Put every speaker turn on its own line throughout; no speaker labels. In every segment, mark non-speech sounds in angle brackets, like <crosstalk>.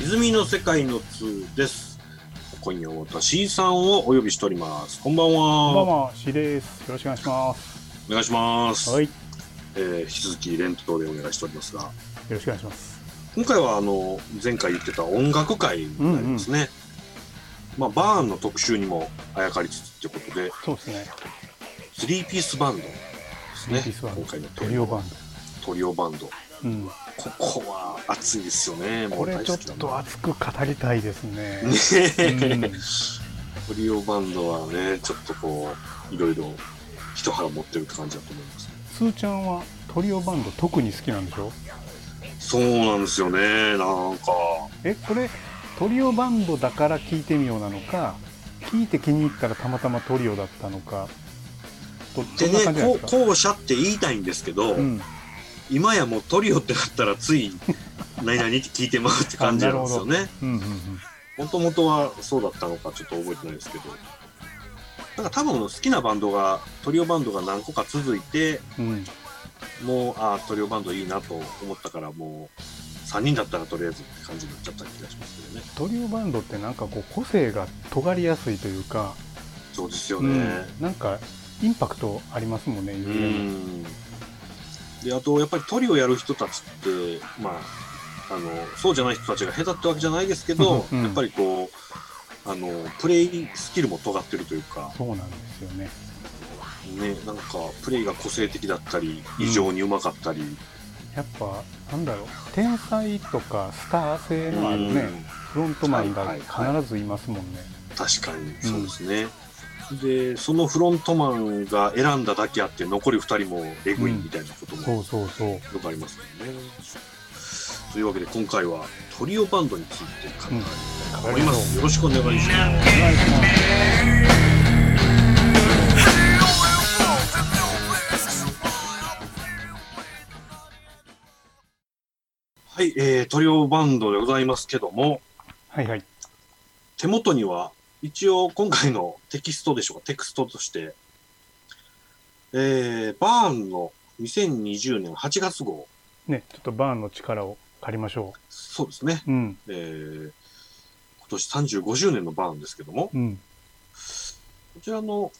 泉の世界の通です。今夜もた C さんをお呼びしております。こんばんは。
どうも、しです。よろしくお願いします。
お願いします。
はい、よ
えー引き続き連投でお願いしておりますが、
ろしくお願いします。
今回はあの前回言ってた音楽会になりますね。まあバーンの特集にもあやかりつつってことで、
そうですね。
スリーピースバンドです
スリーピースバ
ね。
ンド
今回のト
ト
リ
リオバン
トリオバンド。
ド。うん。
ここは熱いですよね。も
こ
う
れ
大
ちょ
好
っ
きだな
と熱く語りたいですね。
ね
うん
トリオバンドはね、ちょっとこう、いろいろ一腹持ってるって感じだと思います。
すーちゃんはトリオバンド特に好きなんでしょ
そうなんですよね、なんか。
え、これトリオバンドだから聞いてみようなのか、聞いて気に入ったらたまたまトリオだったのか、どど
で
んな感
ね
じな
こ
ん、で
う
すか。
後者って言いたいんですけど、
うん、
今やもうトリオってなったらつい、 <laughs> 何々って聞いてますって感じなんですよね。
うん、うん、
もともとはそうだったのかちょっと覚えてないですけど。なんか多分好きなバンドが、トリオバンドが何個か続いて、
うん、うん。
もう、ああ、トリオバンドいいなと思ったから、もう、3人だったらとりあえずって感じになっちゃった気がしますけどね。
トリオバンドってなんかこう個性が尖りやすいというか、
そうですよ
う
ね。
ん、なんかインパクトありますもんね。い
う
ずれも
ん。で、あと、やっぱりトリをやる人たちって、まあ、あの、そうじゃない人たちが下手ってわけじゃないですけど、
うん
やっぱりこう、あの、プレイスキルも尖ってるというか、
そうなんですよね。
ね、なんか、プレイが個性的だったり、異常にうまかったり、
やっぱなんだろう天才とかスター性のあるね、
うん
フロントマン
は
が
いはい
必ずいますもんね。
確かに、そうですね。でそのフロントマンが選んだだけあって残り2人もエグいみたいなことも
そうそうそう。
よくありますもんね。というわけで今回はトリオバンドについて考え
うん
たいと思います。よろしくお願いしま
お願いします。
す。はい、えー、トリオバンドでございますけども、
はいはい。
手元には一応今回のテキストでしょうか、テクストとして、えー、バーンの2020年8月号、
ねちょっとバーンの力を借りましょ
そうですね、
う。うん
えー、今年35周年のバーンですけども、
うん
こちらの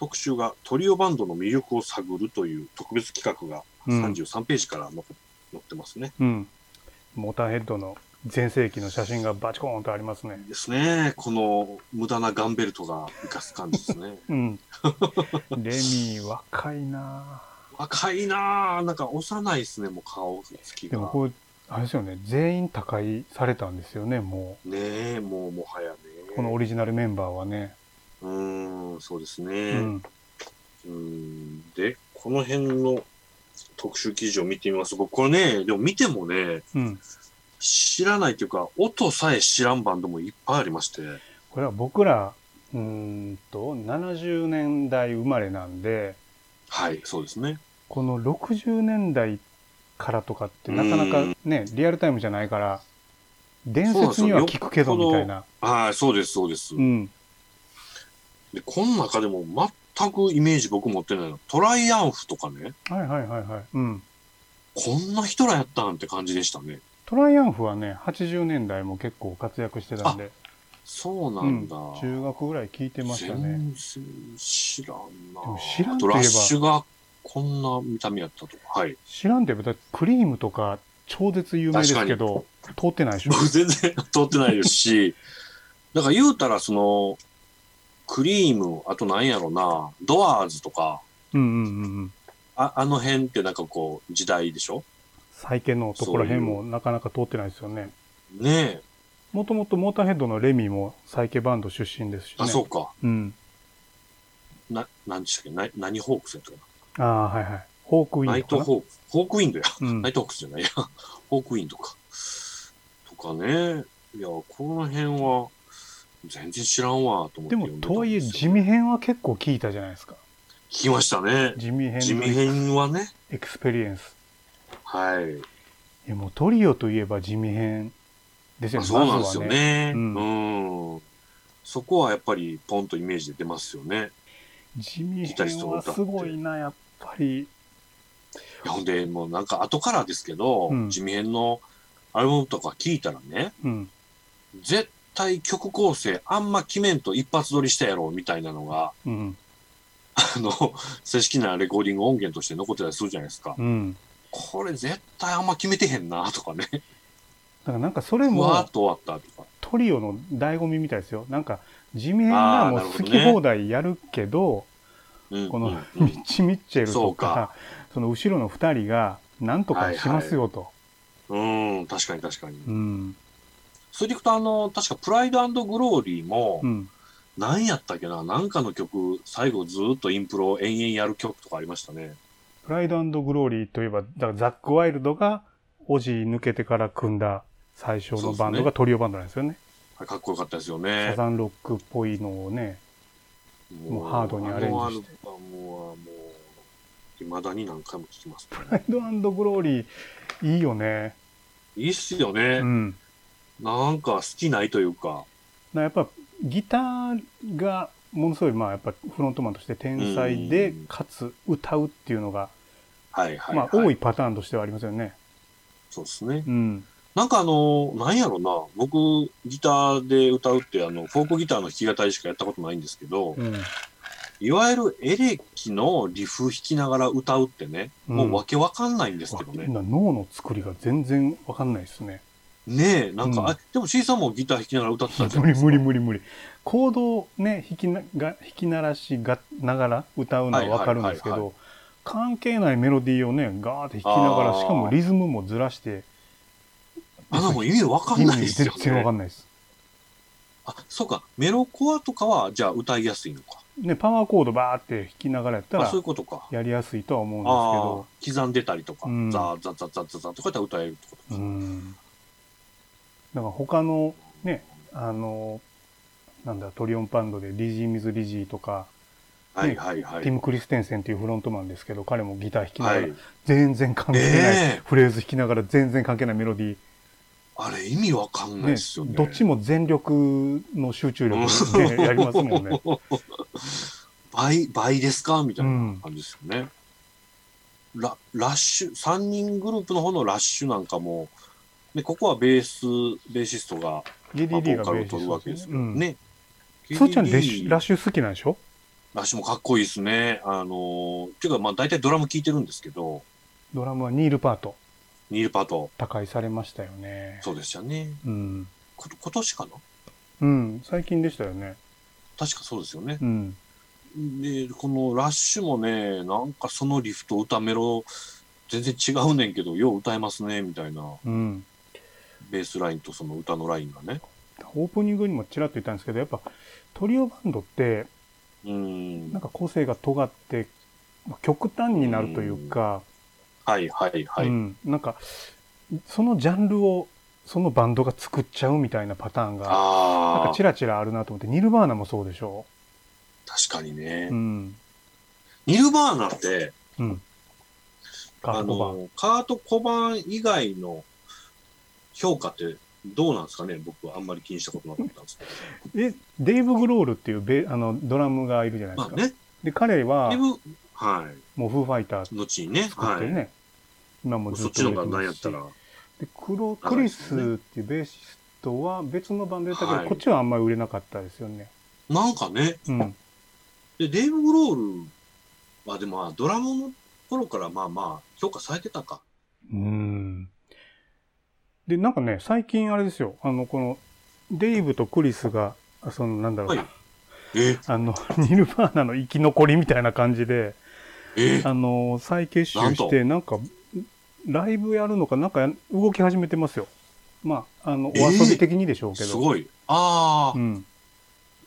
特集がトリオバンドの魅力を探るという特別企画が
うん
33ページからの載ってますね。
うん。モーターヘッドの全盛期の写真がバチコーンとありますね。
ですね。この無駄なガンベルトが生かす感じです
<laughs>
ね。 <laughs>
うん。レミー若いなぁ。
若いなぁ。なんか幼いですね、もう顔つき
でも
が。
これあれですよね全員他界されたんですよねも
ねえ、もうもはやね。
うこのオリジナルメンバーはね。
うーん、そうです
う
ね。うん
ん。
んで、この辺の特集記事を見てみます。僕、これね、でも見てもね、
うん。
知らないというか、音さえ知らんバンドもいっぱいありまして。
これは僕らうーんと70年代生まれなんで
はい、そうですね。
この60年代からとかってなかなかねリアルタイムじゃないから伝説には聞くけ
そ
ど
うなん
み
です
た
よ
いな
はい、そうです、そうです。
うん
で、この中でも全くイメージ僕持ってないの。トライアンフとかね、
はいはいはいはいうん
こんな人らやったんって感じでしたね。
トライアンフはね80年代も結構活躍してたんで
そうな
うんん
だ。
中学ぐらい聞いてましたね
全然知らんな。
でも知らん
あと
といえ
ラ
ば
ッシュがこんな見た目やったとか。はい。 <laughs>
知らんでだってクリームとか超絶有名ですけど通ってないでしょ
僕全然通ってないですし、だから言うたらその、クリーム、あとなんやろな、ドアーズとか、
うんうんうんうん
ああの辺ってなんかこう、時代でしょ
再建のところへんもなかなか通ってないですよね
ねえ。
もともとモーターヘッドのレミもサイケバンド出身ですしね。
あ、そうか。
うん。
な、なんでしたっけな何ホークスやったか
ああ、はいはい。ホークウィン
なナイ
ドか
ト
な
ホーク、ホークウィンドや。
うん
ナイ。トホークスじゃないや。 <laughs> ホークウィンとか。とかね。いや、この辺は、全然知らんわ、と思って
でも
読、んた
とはいえ、
んです
地
よ
味編は結構聞いたじゃないですか。
聞きましたね。
地味編
地味
の
編はね。
エクスペリエンス。
はい。
いや、もうトリオといえば地味編ですよ
あ
ね。
そうなんですよ
まずは。
ね。う
うん
ん。そこはやっぱり、ポンとイメージで出ますよね。
地味編はすごいな、やっぱり。
いやほんで、もうなんか後からですけど、
うん
地味編のアルバムとか聞いたらね、
うん
絶対曲構成あんま決めんと一発撮りしたやろみたいなのが、 <laughs>
うん
あの、正式なレコーディング音源として残ってたりするじゃないですか。
うん
これ絶対あんま決めてへんなとかね。
だからなんかそれ
ふわー
も
っと終わったとか。
トリオの醍醐味みたいですよなんか地面がもう
あーなるほ
好
どね
き放題やるけど
うん
こ
う
の
んう
ミ
ん
ッチ・ミッチェル
そ
と
う
か
か
その後ろの2人がなんとかしますよと、
うん、確かに確かに。
うん
それでいくと、あの、確かプライドグローリーも
う、ん
何やったっけな、なんかの曲、最後ずーっとインプロを延々やる曲とかありましたね。
プライドグローリーといえばだからザック・ワイルドがオジー抜けてから組んだ最初のバンドがトリオバンドなんですよね
あれかっこよかったですよ
サ
ね。。
ザンロックっぽいのをねもうハードにアレンジし
あ
て
のアルバムはもう、未だに何回も聴きます、
プライドグローリーいいよね
いいっすよね
う。ん
なんか好きないというか。
なやっぱギターがものすごいまあやっぱフロントマンとして天才で
うん
かつ歌うっていうのが
はいはい、
ま
はい
あ多いパターンとしてはありますよね。
そうですね。
うん
なんかあの、なんやろな、僕、ギターで歌うって、あの、フォークギターの弾き語りしかやったことないんですけど、
うん
いわゆるエレキのリフ弾きながら歌うってね、
うん
もうわけわかんないんですけどね。
わ脳の作りが全然わかんないですね。
ねえ、なんか、
うん
あでも C さんもギター弾きながら歌ってたじゃ
無
ないで
理
すか。
無理無理無理。コードをね弾きなが弾き鳴らしがながら歌うのはわかるんですけ
はいは
ど関係ないメロディーをねガーって弾きなが
あ
ら
ー
しかもリズムもずらして
あ、なんかもう意味わかん
意
ない
味
ですよ
全然わか
ね。
んないです。
あ、そうか、メロコアとかは、じゃあ歌いやすいのか。
ねパワーコードバーって弾きながらやった
あ、
ら
そういうことか。
やりやすいとは思うんですけ
ああ、
ど。
刻んでたりとか、
うん
ザーザーザーザーザーとかやったら歌えるってこと
う
か。
ん。だから他のね、あの、なんだ、トリオンパンドでリジー・ミズ・リジーとか、
はいはいは
ティ
い。
ム・クリステンセンっていうフロントマンですけど、彼もギター弾きなが
は
ら、
い。
全然関係ない、
ええ
フレーズ弾きながら全然関係ないメロディー、
あれ意味わかんないっすよね。
どっちも全力の集中力でやりますもん
<laughs>
ね。
倍、倍ですかみた
う。
いなん感じですよね。ララッシュ、3人グループの方のラッシュなんかも、ね、ここはベース、ベーシストが、
リ
まあ、ボ
リリー
ー
が
カ
ベ
ルを
ーシ
取
ス
るわ
ト
けですけど
ねうん
ね。
すーちゃんレ
KDD
シ、ラッシュ好きなんでしょ
ラッシュもかっこいいですね。あのー、っていうか、まあ大体ドラム聴いてるんですけど、
ドラムはニール・パート、
ニールパート、
他界されましたよね。
そうでしたね。
うん。
こ今年かな
うん、最近でしたよね。
確かそうですよね
う。ん。
で、このラッシュもね、なんかそのリフと歌メロ、全然違うねんけど、よう歌えますね、みたいな、
うん、
ベースラインとその歌のラインがね。
オープニングにもちらっと言ったんですけどやっぱトリオバンドって
うーん
なん。か個性が尖ってまあ極端になるというか、
はいはいはい。
うんなんかそのジャンルをそのバンドが作っちゃうみたいなパターンがな
あ
んか
あ、
ちらちらあるなと思ってニルバーナもそうでしょ、
確かにね
う。ん
ニルバーナって、
うん、カ
あ
ートバーン
の、カート・コバーン以外の評価ってどうなんですかね僕はあんまり気にしたことなかったんですけど。
えデイブ・グロールっていうベあのドラムがいるじゃないで
ますあ
か、
ね、
で彼は
だいぶ、はい。
もうフーファイター
後にね、
作っ
は
て
い。
ね、今もず
そ
っ
っ
と
ちの
売れ
方
て
が
ま
何や
す
っ
した
ら、
で黒
長
ク
い
リ
です
ス
よね
っていうベーシストは別のバンドやったけど、
はい
こっちはあんまり売れなかったですよね。
なんかね、
うん。
で、デイブ・グロールは、でもまあ、ドラムの頃からまあまあ、評価されてたか。
うん。で、なんかね、最近あれですよ、あの、この、デイブとクリスが、あその、なんだろう、
はいえ、
あの、 <laughs> ニルバーナの生き残りみたいな感じで、
え、
あの、再結集して、なんか、ライブやるのか、なんかや動き始めてますよ。まあ、あの、お遊び的にでしょうけど。
すごい。ああ、
うん。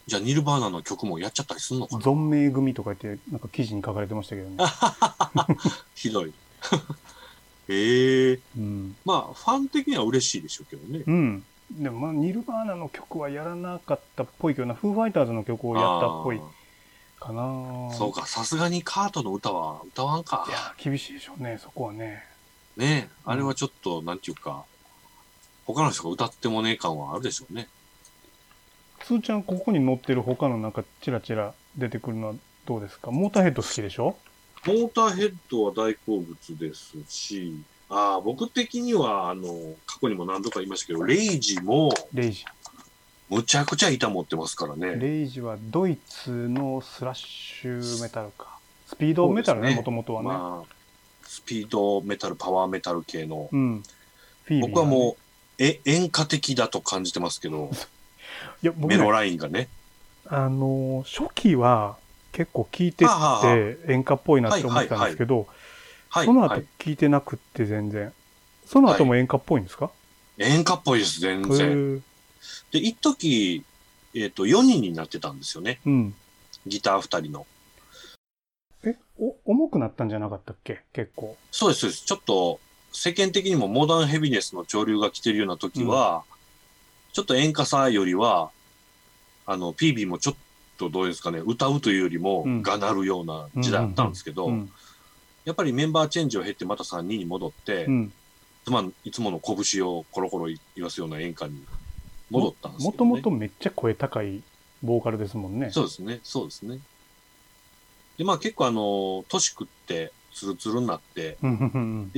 じゃあ、ニルバーナの曲もやっちゃったりすんのかな
存命組とか言って、なんか記事に書かれてましたけどね。
ひどい。 <laughs> ええ
うん。
まあ、ファン的には嬉しいでしょうけどね。
うん。でもまあ、ニルバーナの曲はやらなかったっぽいけどな、フーファイターズの曲をやったっぽいかな
あー。そうか、さすがにカートの歌は歌わん
い
か。
や、厳しいでしょうね、そこはね。
ねえあれはちょっと、なんていうか、他の人が歌ってもねえ感はあるでしょうね。
つーちゃん、ここに載ってる他のなんか、チラチラ出てくるのはどうですかモーターヘッド好きでしょ
モーターヘッドは大好物ですし、ああ、僕的には、あの、過去にも何度か言いましたけど、レイジも、
レイジ
むちゃくちゃ板持ってますからね。
レイジはドイツのスラッシュメタルかスピードメタル
そう
ね
ですね
もともとはね、
まあ、スピードメタル、パワーメタル系の。
うんフィーリーが
僕
ね
はもう、え、演歌的だと感じてますけど、
いや僕
メ
ね
ロラインがね。
あのー初期は結構聞いて
はあはあ
って演歌っぽいなって思ってたんですけど、
はい。
その後
はい、
聞いてなくって全然。その後も演歌っぽいんですか、
演歌っぽいです、全
へ
然。
ー
で、一時えっ、と、4人になってたんですよね。
うん。
ギター2人の。
え、お、重くなったんじゃなかったっけ結構。
そうです、そうです。ちょっと、世間的にもモダンヘビネスの潮流が来てるような時は、ちょっと演歌さよりは、あの、PB もちょっとどうですかね、歌うというよりも
うん、
がなるような時代だったんですけど、
うん。
やっぱりメンバーチェンジを経ってまた3人に戻って、
うん。
つまんいつもの拳をコロコロ言わすような演歌に戻ったんです
も
け
と
ど、ね。
もとめっちゃ声高いボーカルですもんね。
そうですね、そうですね。で、まあ結構あの、年食って、ツルツルになって、
うんうん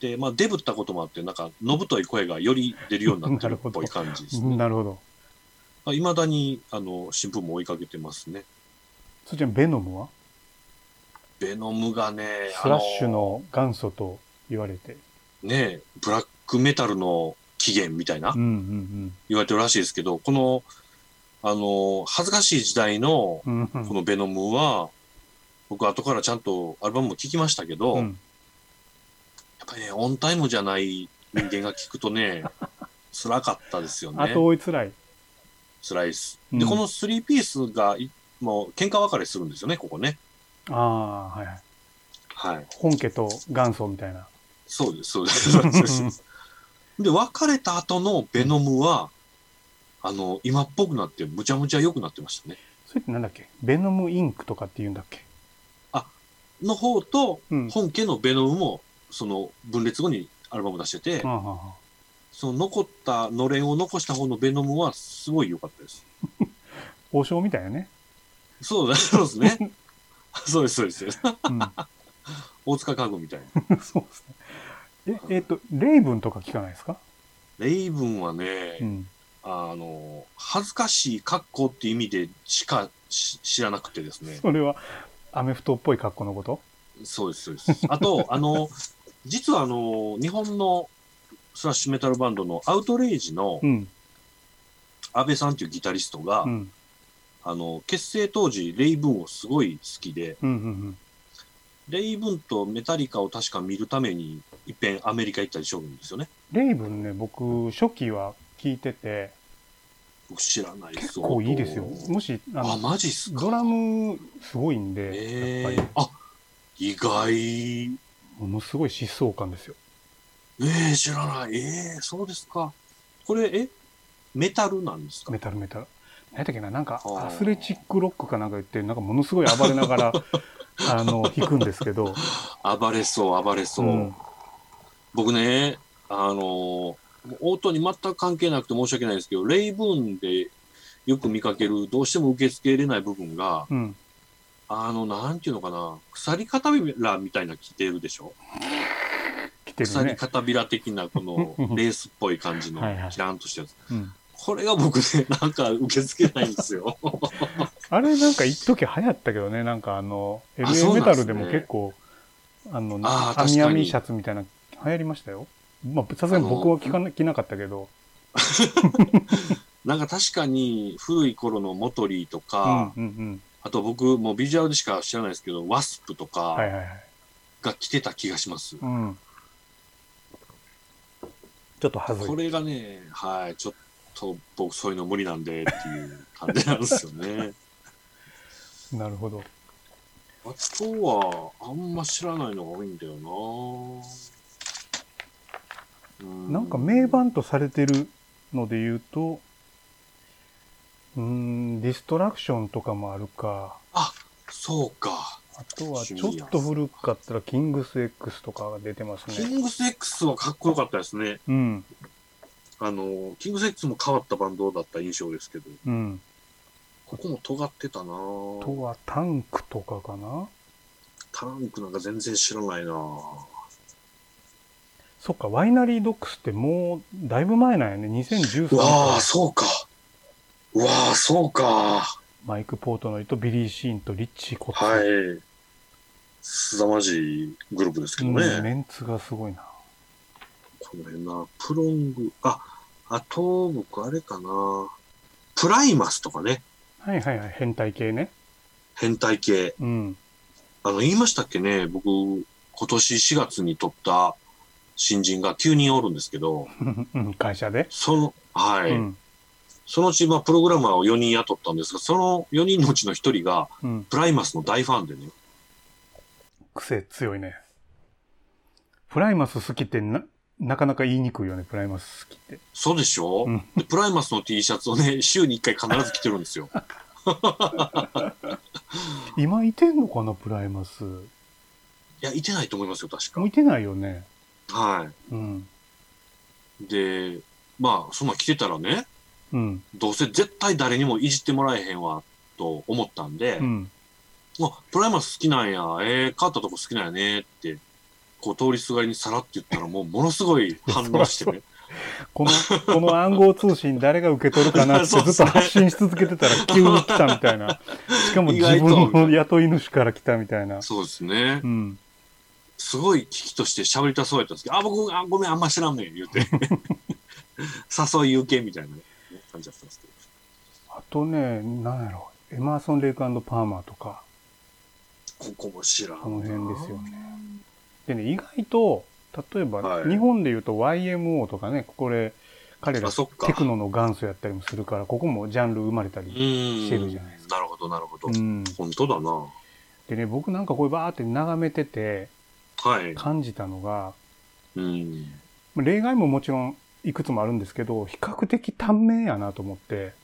で、まあデブったこともあって、なんか、のぶとい声がより出るように
<laughs>
なってるっぽい感じです
うん。
ね。
なるほど。
まあ、未だに、あの、新聞も追いかけてますね。
それじゃベノムは
ベノムがね、
スラッシュ
あの。
の元祖と言われて。
ね、ブラックメタルの起源みたいな
うん、うん
言われてるらしいですけど、この、あの、恥ずかしい時代の、
うん。うんうん
このベノムは、僕後からちゃんとアルバムも聴きましたけど、
うん
やっぱりね、オンタイムじゃない人間が聞くと
<laughs>
ね、辛かったですよね。
後追いつらい。
辛いです。
う
で、
ん
この3ピースがい、もう喧嘩別れするんですよね、ここね。
ああ、はいはい。
はい。
本家と元祖みたいな。
そうです、そうです。そうですそう
<laughs>
ですで、別れた後のベノムは、あの、今っぽくなって、むちゃむちゃ良くなってましたね。
それってなんだっけベノムインクとかって言うんだっけ
の方と、
うん。
本家のベノムも、その、分裂後にアルバム出してて、
あああ
その残った、のれんを残した方のベノムは、すごい良かったです。
あ王将みたいなね。
そうだ、そうです
<laughs>
ね。そうです、そうです。
う
<laughs> 大塚家具みたいな。
ん。そうですね。え、えっ、と、レイブンとか聞かないですか
レイブンはね、
うん。
あの、恥ずかしい格好っていう意味でしかし知らなくてですね。
それは、アメフトっぽい格好のこと
そうです、そうです。あと、あの、実はあの、日本のスラッシュメタルバンドのアウトレイジの
うん。
安倍さんっていうギタリストが、
うん。
あの、結成当時、レイブンをすごい好きで、
うん。うん。
レイブンとメタリカを確か見るために、一遍アメリカ行ったりしょるんですよね。
レイブンね、僕、初期は聞いてて、
僕知らないです
結構いいですよ。もし、あ
あ、
の、
マジっすか。
ドラム、すごいんで、
え
やっ
え
ぱり、
あ、意外。
ものすごい疾走感ですよ。
ええ知らない。ええそうですか。これ、えメタルなんですか
メタルメタル。何やったっけな、なんか
あー
アスレチックロックかなんか言って、なんかものすごい暴れな
<laughs>
がら、あの、弾くんですけど、
暴れそう、暴れそう。
うん
僕ね、あのー、オートに全く関係なくて申し訳ないんですけど、レイブーンでよく見かける、どうしても受け付けれない部分が、
うん。
あの、なんていうのかな、鎖片びらみたいな着てるでしょ、
来てる
鎖
ね。
片びら的な、こ
<laughs>
のレースっぽい感じの
はいはい、
キランとしたやつ。
うん
これが僕ね、なんか受け付けないんですよ。
あれなんか一時流行ったけどね、なんかあの、
あそ
LA
う
メ
なん
タ
で
ル
すね
でも結構、あの、
あー
アミア
確か
ミ
に
シャツみたいな、流行りましたよ。まあ、さすがに僕は聞かな、着なかったけど、
なんか確かに古い頃のモトリーと
う
か、
んうんうん。
あと僕、もうビジュアルでしか知らないですけど、ワスプと
はい
か
はいはい。
が着てた気がします。
うん。ちょっと恥ず
こ
い。
れがね、はい、ちょっと僕そういうの無理なんでっていう感じなんですよ
<laughs>
ね。
なるほど。
あとは、あんま知らないのが多いんだよなな
な
ん
か名盤とされてるので言うと、うーん、ディストラクションとかもあるか。
そうか。
あとは、ちょっと古かったら、キングス X とかが出てます
キ
ね。
ングス X はかっこよかったですね。
うん、
あの、キングス X も変わったバンドだった印象ですけど、
うん。
ここも尖ってたな
あとは、タンクとかかな
タンクなんか全然知らないな
そっか、ワイナリードックスってもうだいぶ前なんやね。2013
うわあ、
年。
そうか。うわあ、そうか。
マイク・ポートノイとビリー・シーンとリッチー・コッツ、
はい。すさまじいグループですけどね。
うんメンツがすごいな。
この辺な。プロング。あ、あと、僕あれかな。プライマスとかね。
はいはいはい、変態系ね。
変態系。
うん。 <laughs>
あの、言いましたっけね。僕、今年4月に撮った新人が9人おるんですけど、
うん会社で。
その、はい。
うん。
そのうち、まあ、プログラマーを4人雇ったんですが、その4人のうちの1人が、
うん。
プライマスの大ファンでね。
癖強いね。プライマス好きってな、なかなか言いにくいよね、プライマス好きって。
そうでしょ、
うん
でプライマスの T シャツをね、週に1回必ず着てるんですよ。
今いてんのかな、プライマス。
いや、いてないと思いますよ、確か
向。いてないよね。
は
うん。
い。で、まあ、そんなん着てたらね、
うん。
どうせ絶対誰にもいじってもらえへんわ、と思ったんで、
うん。
あ、プライマス好きなんや、えー、変わったとこ好きなんやね、って、こう通りすがりにさらって言ったら、もうものすごい反応
<laughs>
してね、<laughs>
この、この暗号通信誰が受け取るかなってず
そうで
っ
す
と
ね
発信し続け
<laughs>
てたら急に来たみたいな。しかも
意
自
外と
分の雇い主から来たみたいな。
そうですね
う。ん。
すごい危機として喋りたそうやったんですけど、あ、僕、あごめん、あんま知らんねん、言う
<laughs>
て。誘い受けみたいなね感じだったんですけど。
あとね、なんやろ。エマーソン・レイクパーマーとか、
ここも知らんな。
この辺ですよね。でね、意外と、例えば、
はい
日本で言うと YMO とかね、これ、彼ら
あそっか
テクノの元祖やったりもするから、ここもジャンル生まれた
う
り。
ーん。
してるじゃないです
なるほど、なるほど。
うん。
本当だな。
でね、僕なんかこうバーって眺めてて
はい。
感じたのが、
うん。
まあ例外ももちろんいくつもあるんですけど、比較的短命やなと思って、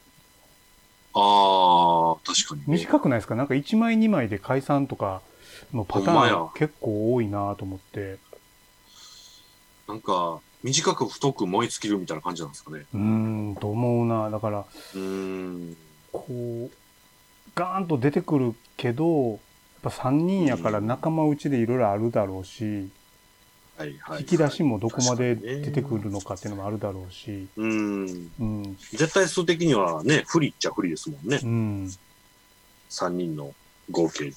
ああ、確かにね、
短くないですかなんか1枚2枚で解散とかのパタ
ほんま
ー
や
ン結構多いなと思って、
なんか、短く太く燃え尽きるみたいな感じなんですかね。
うーん、と思うなだから、
うーん。
こう、ガーンと出てくるけど、やっぱ3人やから
うん
仲間内でいろいろあるだろうし、
はいはい、はい。
引き出しもどこまで
確かにね
出てくるのかっていうのもあるだろうし、
うーん。
うん、
絶対数的にはね、不利っちゃ不利ですもんね
う。ん。で、
3人の合計の引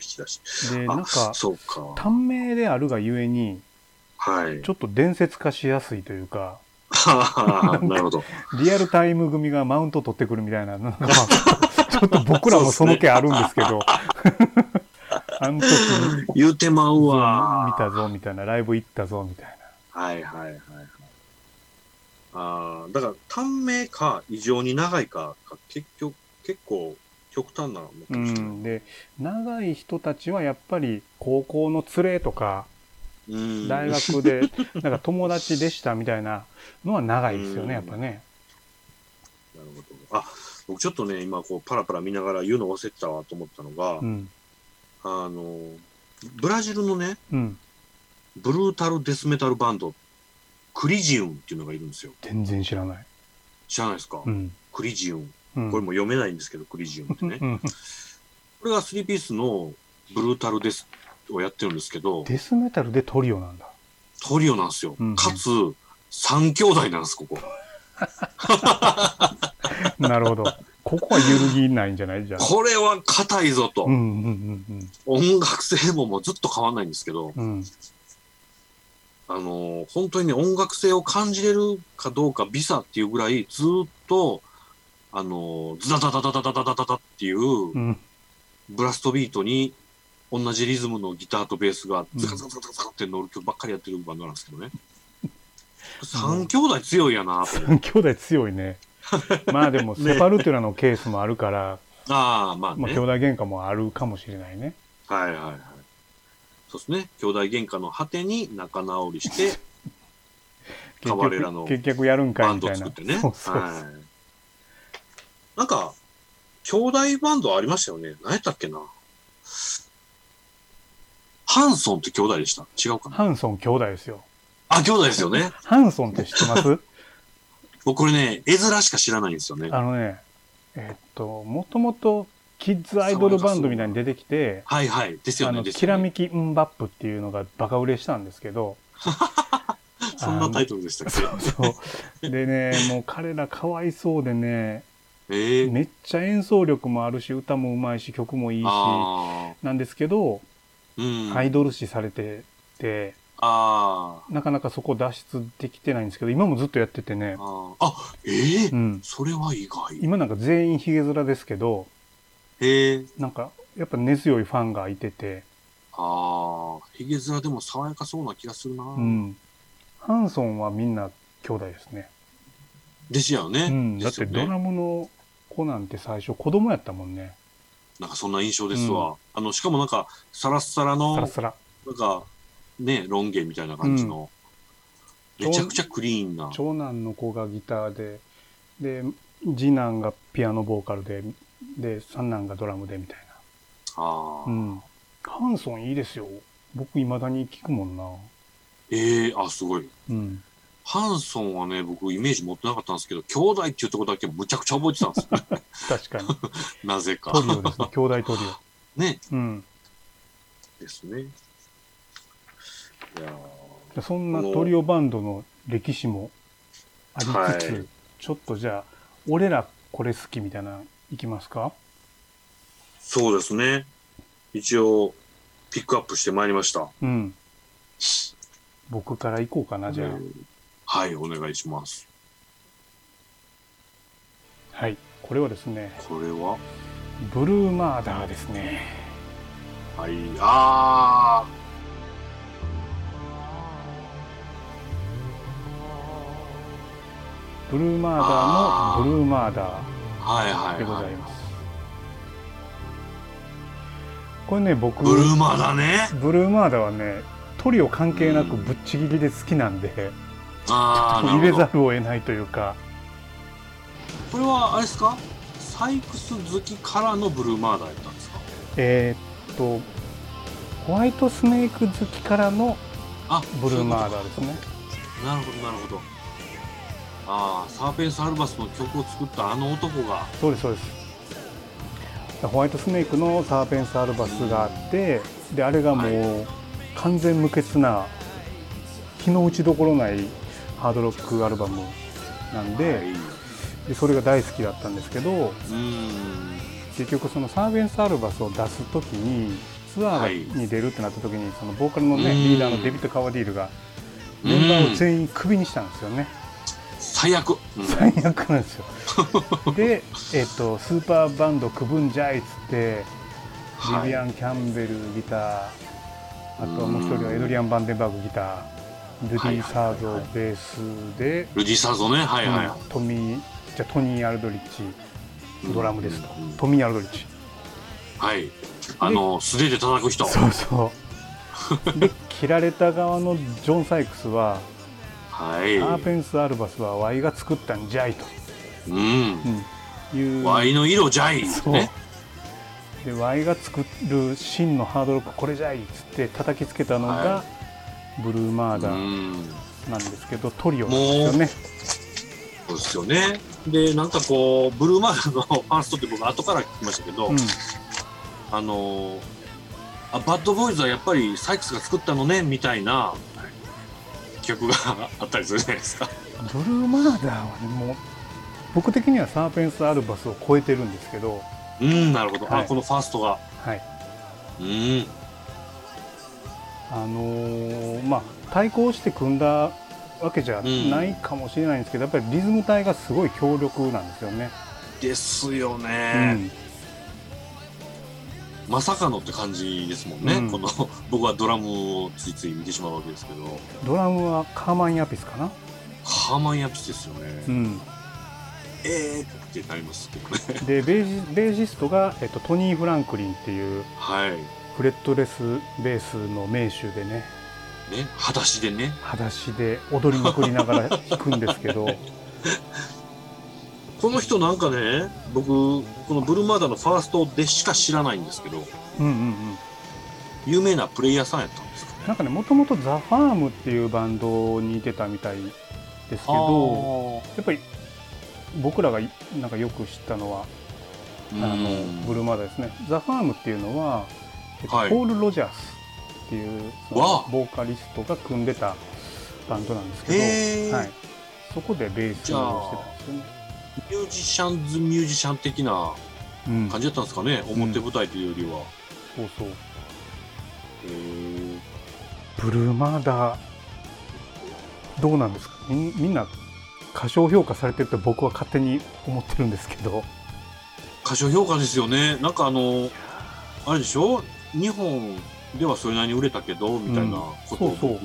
き出し。あ
なんか、
そうか。
短命であるがゆえに、
はい
ち。ょっと伝説化しやすいというか、
<laughs> なるほど。
リアルタイム組がマウント取ってくるみたいな、なん
<laughs>
か、ちょっと僕らもその気あるんですけど、 <laughs> あの時見
言うてまうわ。
たぞみたいな、ライブ行ったぞみたい
はいはいはいはい。ああ、だから短命か異常に長いかが結局、結構極端なのかもしれな
な。う
い。
ん。で、長い人たちはやっぱり高校の連れとか、
うん
大学で、 <laughs> なんか友達でしたみたいなのは長いですよ
うん
ね、やっぱね。
なるほど。あ、僕ちょっとね、今こうパラパラ見ながら言うの忘れてたわと思ったのが、
うん。
あの、ブラジルのね、
うん。
ブルータルデスメタルバンド、クリジウンっていうのがいるんですよ。
全然知らない。
知らないですか、
うん。
クリジウン。
うん。
これも読めないんですけど、クリジウンって
<laughs>
ね
う。ん。
これが3ピースのブルータルデスをやってるんですけど、
デスメタルでトリオなんだ。
トリオなんですよ。
うんうん
かつ、三兄弟なんです、ここ。
なるほど。ここは揺るぎないんじゃないじゃあ。
これは硬いぞと。
うんうんうん
音楽性ももうずっと変わんないんですけど、
うん。うん。
あのー本当にね、音楽性を感じれるかどうか、ビサっていうぐらい、ずっと、あのーズダダダダダダダダダダっていう
う、ん。
ブラストビートに、同じリズムのギターとベースが、ズカズカズカズカズカって乗る曲ばっかりやってるバンドなんですけどね。三兄弟強いやなと思って。
兄弟強
<laughs>
いね。まあでも、セパルテュラのケースもあるから、
ああ、まあ
まあ
ね
兄。弟喧嘩もあるかもしれないね。
はいはいはい。そうですね。兄弟喧嘩の果てに仲直り
<laughs>
して、
結
カバレラの
局、結局やるんか
バ
い
ン
みた
ド
いな。
作ってね。
そうそうそう
はい。なんか、兄弟バンドありましたよね。何やったっけな。ハンソンって兄弟でした。違うかな。
ハンソン兄弟ですよ。
あ、兄弟ですよね。
ハンソンって知ってます
<laughs> 僕これね、絵面しか知らないんですよね。
あのね、えっと、もともとキッズアイドルバンドみたいに出てきて、
はいはい。です
あ
よね。
の、
です
き
よ
ら
ね
めきンバップっていうのがバカ売れしたんですけど、
<laughs> そんなタイトルでしたっけ
そうでねもう彼らかわいそうでね
ええ
めっちゃ演奏力もあるし歌もうまいし曲もいいし
あ
なんですけど
あ、うん。
アイドル視されてて
あ
なかなかそこ脱出できてないんですけど今もずっとやってて
ー、
ね
あー。あ、ええ
うん
それは意外。
今なんか全員ヒゲ面ですけど
ええ
なんかやっぱ根強いファンがいてて、
ああ、ヒゲ面でも爽やかそうな気がするな。
うん、ハンソンはみんな兄弟ですね、
ですよね。
うん、だ
で
っ
すよ
て
ね
ドラムの子なんて最初子供やったもんね
なんかそんな印象ですわ。あの、しかもなんか、サラッサラの、
サラ
な
サラ
んか、ね、ロン毛みたいな感じの、めちゃくちゃクリーンな。
長男の子がギターでで次男がピアノボーカルでで三男がドラムでみたい
ああ、
な、うん、ハンソンいいですよ僕いまだに聞くもんな、
ええあ、すごい。
うん、
ハンソンはね、僕イメージ持ってなかったんですけど、兄弟って言ったことだけむちゃくちゃ覚えてたん
<laughs>
ですよ。
確かに
なぜ
ト
か。
リオで
<laughs>
すね兄弟トリ
ね。
オ、うん、
ですね。いや
でそんなトリオバンドの歴史もありつつ、
はい
ちょっとじゃあ俺らこれ好きみたいなのいきますか
そうですね。一応、ピックアップしてまいりました。
うん僕から行こうかなじゃあ、
うんはい、お願いします。
はいこれはですね
これは、
ブルーマーダーですね
はい、あ
ブルーマーダーのブルーマー
ー、
ダ
はいは
ー
い
でご
は
ざい
い。
ます、これね僕
ブルーマーだね。
ブルーマーダーはねトリオ関係なく
うん
ぶっちぎりで好きなんで、
ああ、
入
な
れ
るほ
ざ
ど。
るを得ないというか
これは、あれですかサイクス好きからのブルーマーダーやったんですか
えーっとホワイトスネーク好きからの
あ、
ブルーマーダ
ー
ーですね。
なるほど、なるほど。ああ、サーペンス・アルバスの曲を作ったあの男が、
そうですそうですホワイトスネークのサーペンス・アルバスがあってであれがもう完全無欠な日の打ちどころないハードロックアルバムなんで,、
はい、う
でそれが大好きだったんですけど
ーん、
結局そのサーベンス・アルバスを出す時にツアーに出るってなった時にそのボーカルのね
うん
リーダーのデビッド・カワディールがメンバーを全員クビにしたんですよね
最
<laughs>
悪。うん
最悪なんですよで、えっとスーパーバンド組ぶんじゃいっつって
はい
ビビアン・キャンベルギターあともう一人はエドリアン・バンデンバーグギタールディ・サーゾベースで、
ルディ・サーゾね、はいはいは
トミーじゃあトニー・アルドリッチ
い。
ドラムですと、
うん
トミー・アルドリッチ
はい。あの、素手で叩く人。
そうそ
<laughs>
う。で、切られた側のジョン・サイクスは、
はい。
アーペンス・アルバスは Y が作ったんじゃいと、
うん。
いう。
ワイの色じゃい。
そう
ね。。
で、Y が作る真のハードロック、これじゃいっつって叩きつけたのが、
は
ブルーマー
う
ダー
ん。
なんですけど、トリオなんですよね。
そうですよね。で、なんかこう、ブルーマーダーのファーストって僕後から聞きましたけど、
うん、
あのーあ、バッドボーイズはやっぱりサイクスが作ったのね、みたいな曲があったりするじゃないですか。
ブルーマーダーはね、もう、僕的にはサーペンス・アルバスを超えてるんですけど、
うん、なるほど。
は
あ、
い
このファーストが。
はい。
うん。
あのーまあ、対抗して組んだわけじゃないかもしれないんですけど、やっぱりリズム体がすごい強力なんですよね。
ですよ
う
ね、
ん
まさかのって感じですもんね。
うん
この、僕はドラムをついつい見てしまうわけですけど。
ドラムはカーマン・ヤピスかな、
ハーマンヤピスですよね。
うん、
ええー、ってなりますけどね。
でベージベーシストが、えっと、トニー・フランクリンっていう
はい。
フレットレスベースの名手でね
ね、裸足でね。
裸足で踊りまくりながら弾くんで
<laughs>
すけど
この人なんかね、僕、このブルーマーダーのファーストでしか知らないんですけど、
うんうん、うん、
有名なプレイヤーさんやったんですかね。
なんかねもともとザ・ファームっていうバンドに出たみたいですけ
あ
ど。
ー
やっぱり僕らがいなんかよく知ったのは、
うん
あのブルーマーダーですね。ザ・ファームっていうのは、えっと
はい
ポール・ロジャースっていうその
わあ
ボーカリストが組んでたタントなんですけど、
へー
はい、そこでベースをしてたんですよね。
ミュージシャンズミュージシャン的な
うん、
感じだったんですかね、表舞台というよりは。
そうそう
へー
ブルーマーダーどうなんですかみみんな過小評価されてると僕は勝手に思ってるんですけど
過小評価ですよね。なんかあの、あれでしょ日本ではそれなりに売れたけど、みたいなことを
うん
僕、
そうそう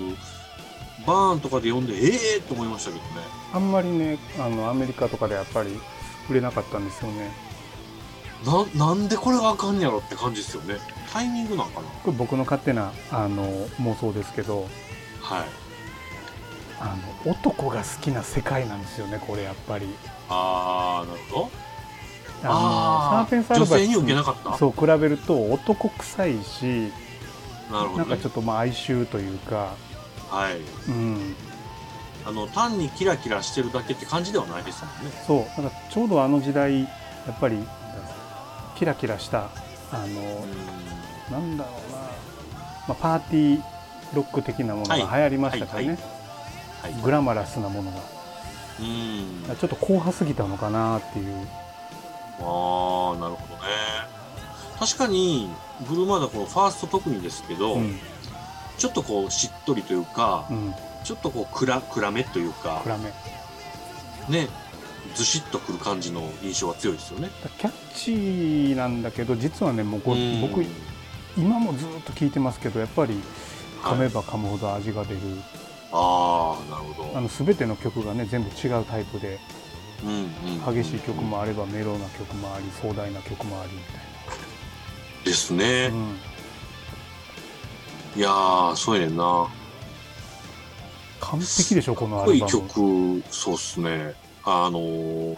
バーンとかで読んで、ええー、と思いましたけどね。
あんまりねあのアメリカとかでやっぱり売れなかったんですよね
な、なんでこれがあかんやろって感じですよね。タイミングなんかな
これ僕の勝手なあの妄想ですけど
はい。
あの男が好きな世界なんですよねこれやっぱり
あー、なるほど。
あの
あ
サーペンサ
ー、
ル
女
バ
性
ス
に受けなかった。
そう比べると男臭いし
なるほ
な
ど、
んか
ね
ちょ。っとまあ哀愁というか、
はい。
うん、
あの、単にキラキラしてるだけって感じではないですもんね。
そうなんかちょうどあの時代やっぱりキラキラしたあの
う
なんだろうな、まあ、パーティーロック的なものが
はい
流行りましたからね、
はいん。はい。
グラマラスなものが
うん。
ちょっと硬派すぎたのかなっていう
ああ、なるほどね。確かに、ブルーマーダーこのファースト特にですけど、
うん
ちょっとこうしっとりというか、
うん
ちょっとこう暗暗めというか、
暗めだ
ね、ずしっとくる感じの印象が強いですよね。
キャッチーなんだけど実はねもうこれ
うん
僕今もずっと聞いてますけどやっぱり噛
は
め
い
ば噛むほど味が出る、
ああ、なるほ
あ
ど。
の全ての曲がね全部違うタイプで
うんうん
激しい曲もあればメロな曲もあり壮大な曲もありみ
です
たい
ね
な、。うん、
いやー、そうやねんな。
完璧でしょこのア
濃
ル
い
バム
曲、そうっすね。あのー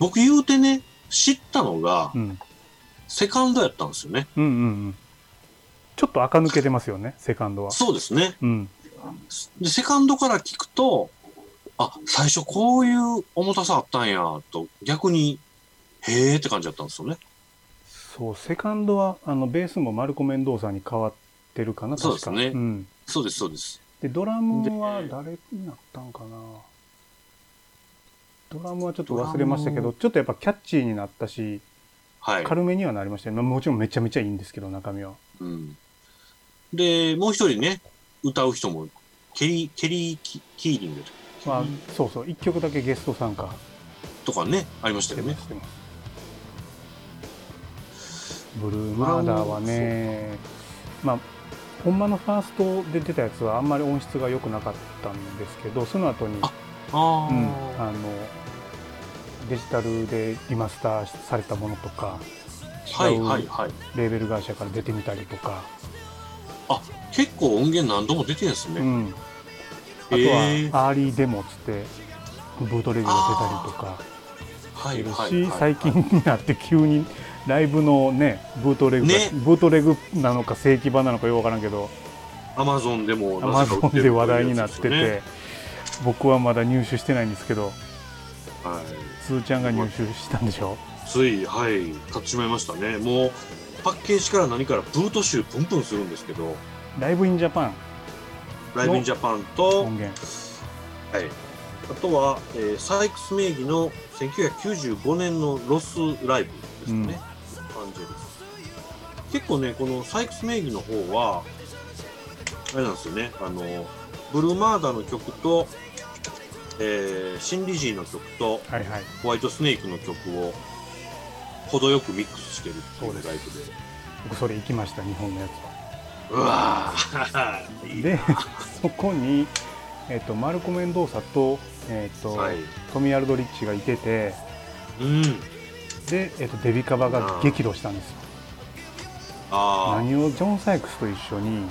僕言うてね、知ったのが
う、ん、
セカンドやったんですよね。
うんうんうんちょっと垢抜けてますよねセカンドは
そうですね。
うん
で、セカンドから聞くと、あ、最初こういう重たさあったんや、と、逆に、へーって感じだったんですよね。
そうセカンドはあのベースもマルコ・メンドーサに変わってるかな確か
そうですね
ん、
そうです、そうです。
でドラムは誰になったんかなドラムはちょっと忘れましたけ
ドラ
どちょっとやっぱキャッチーになったし
はい。
軽めにはなりましたよ、ねもちろんめちゃめちゃいいんですけど中身は
うん。で、もう一人ね、歌う人も、ケリー、ケリーキ・キーリング
まあ、そうそう1曲だけゲスト参加
とかね、ありまし
したて
よ
ま
ね
す。してますブルーマーダーはねまあほんまのファーストで出たやつはあんまり音質が良くなかったんですけどその後に
ああ
うん、あのデジタルでリマスターされたものとか
あ、はい、はい、はい。
レーベル会社から出てみたりとか、
結構音源何度も出てるんです
う
ね。
ん、あと
えー
はアーリーデモっつってブートレグが出たりとか
は
して
い、
る
はい。
し
はい
最近。になって急にライブのねブートレグが、
ね
ブートレグなのか正規版なのかよくわからんけど
アマゾンでも
ア
な
マ
ぜ
ゾ
か売
ン
る
で話題になってて、
というや
僕はまだ入手してないんですけ
つ
ど
ですよねはい。
つーちゃんが入手したんでしょ
つい、はい、買ってしまいましたね。もう、パッケージから何からブート集プンプンするんですけど、
ライブインジャパン
ライブインジャパンと、
音源
はい、あとは、えーサイクス名義の1995年のロスライブですね、アンジェルス結構ね、このサイクス名義の方は、あれなんですよね、あの、ブルーマーダーの曲と、えーシンリジーの曲と、
はいはい
ホワイトスネークの曲を、程よくミックスしてるっていう
そうです
ライブで。
僕それ行きました日本のやつは
うわ
<laughs>
ーいい
でそこに、えっとマルコ・メンドーサと,、えっと
はい。
トミー・アルドリッチがいてて
うん。
で、えっとデビカバが激怒したんですよ
あ
何をジョン・サイクスと一緒に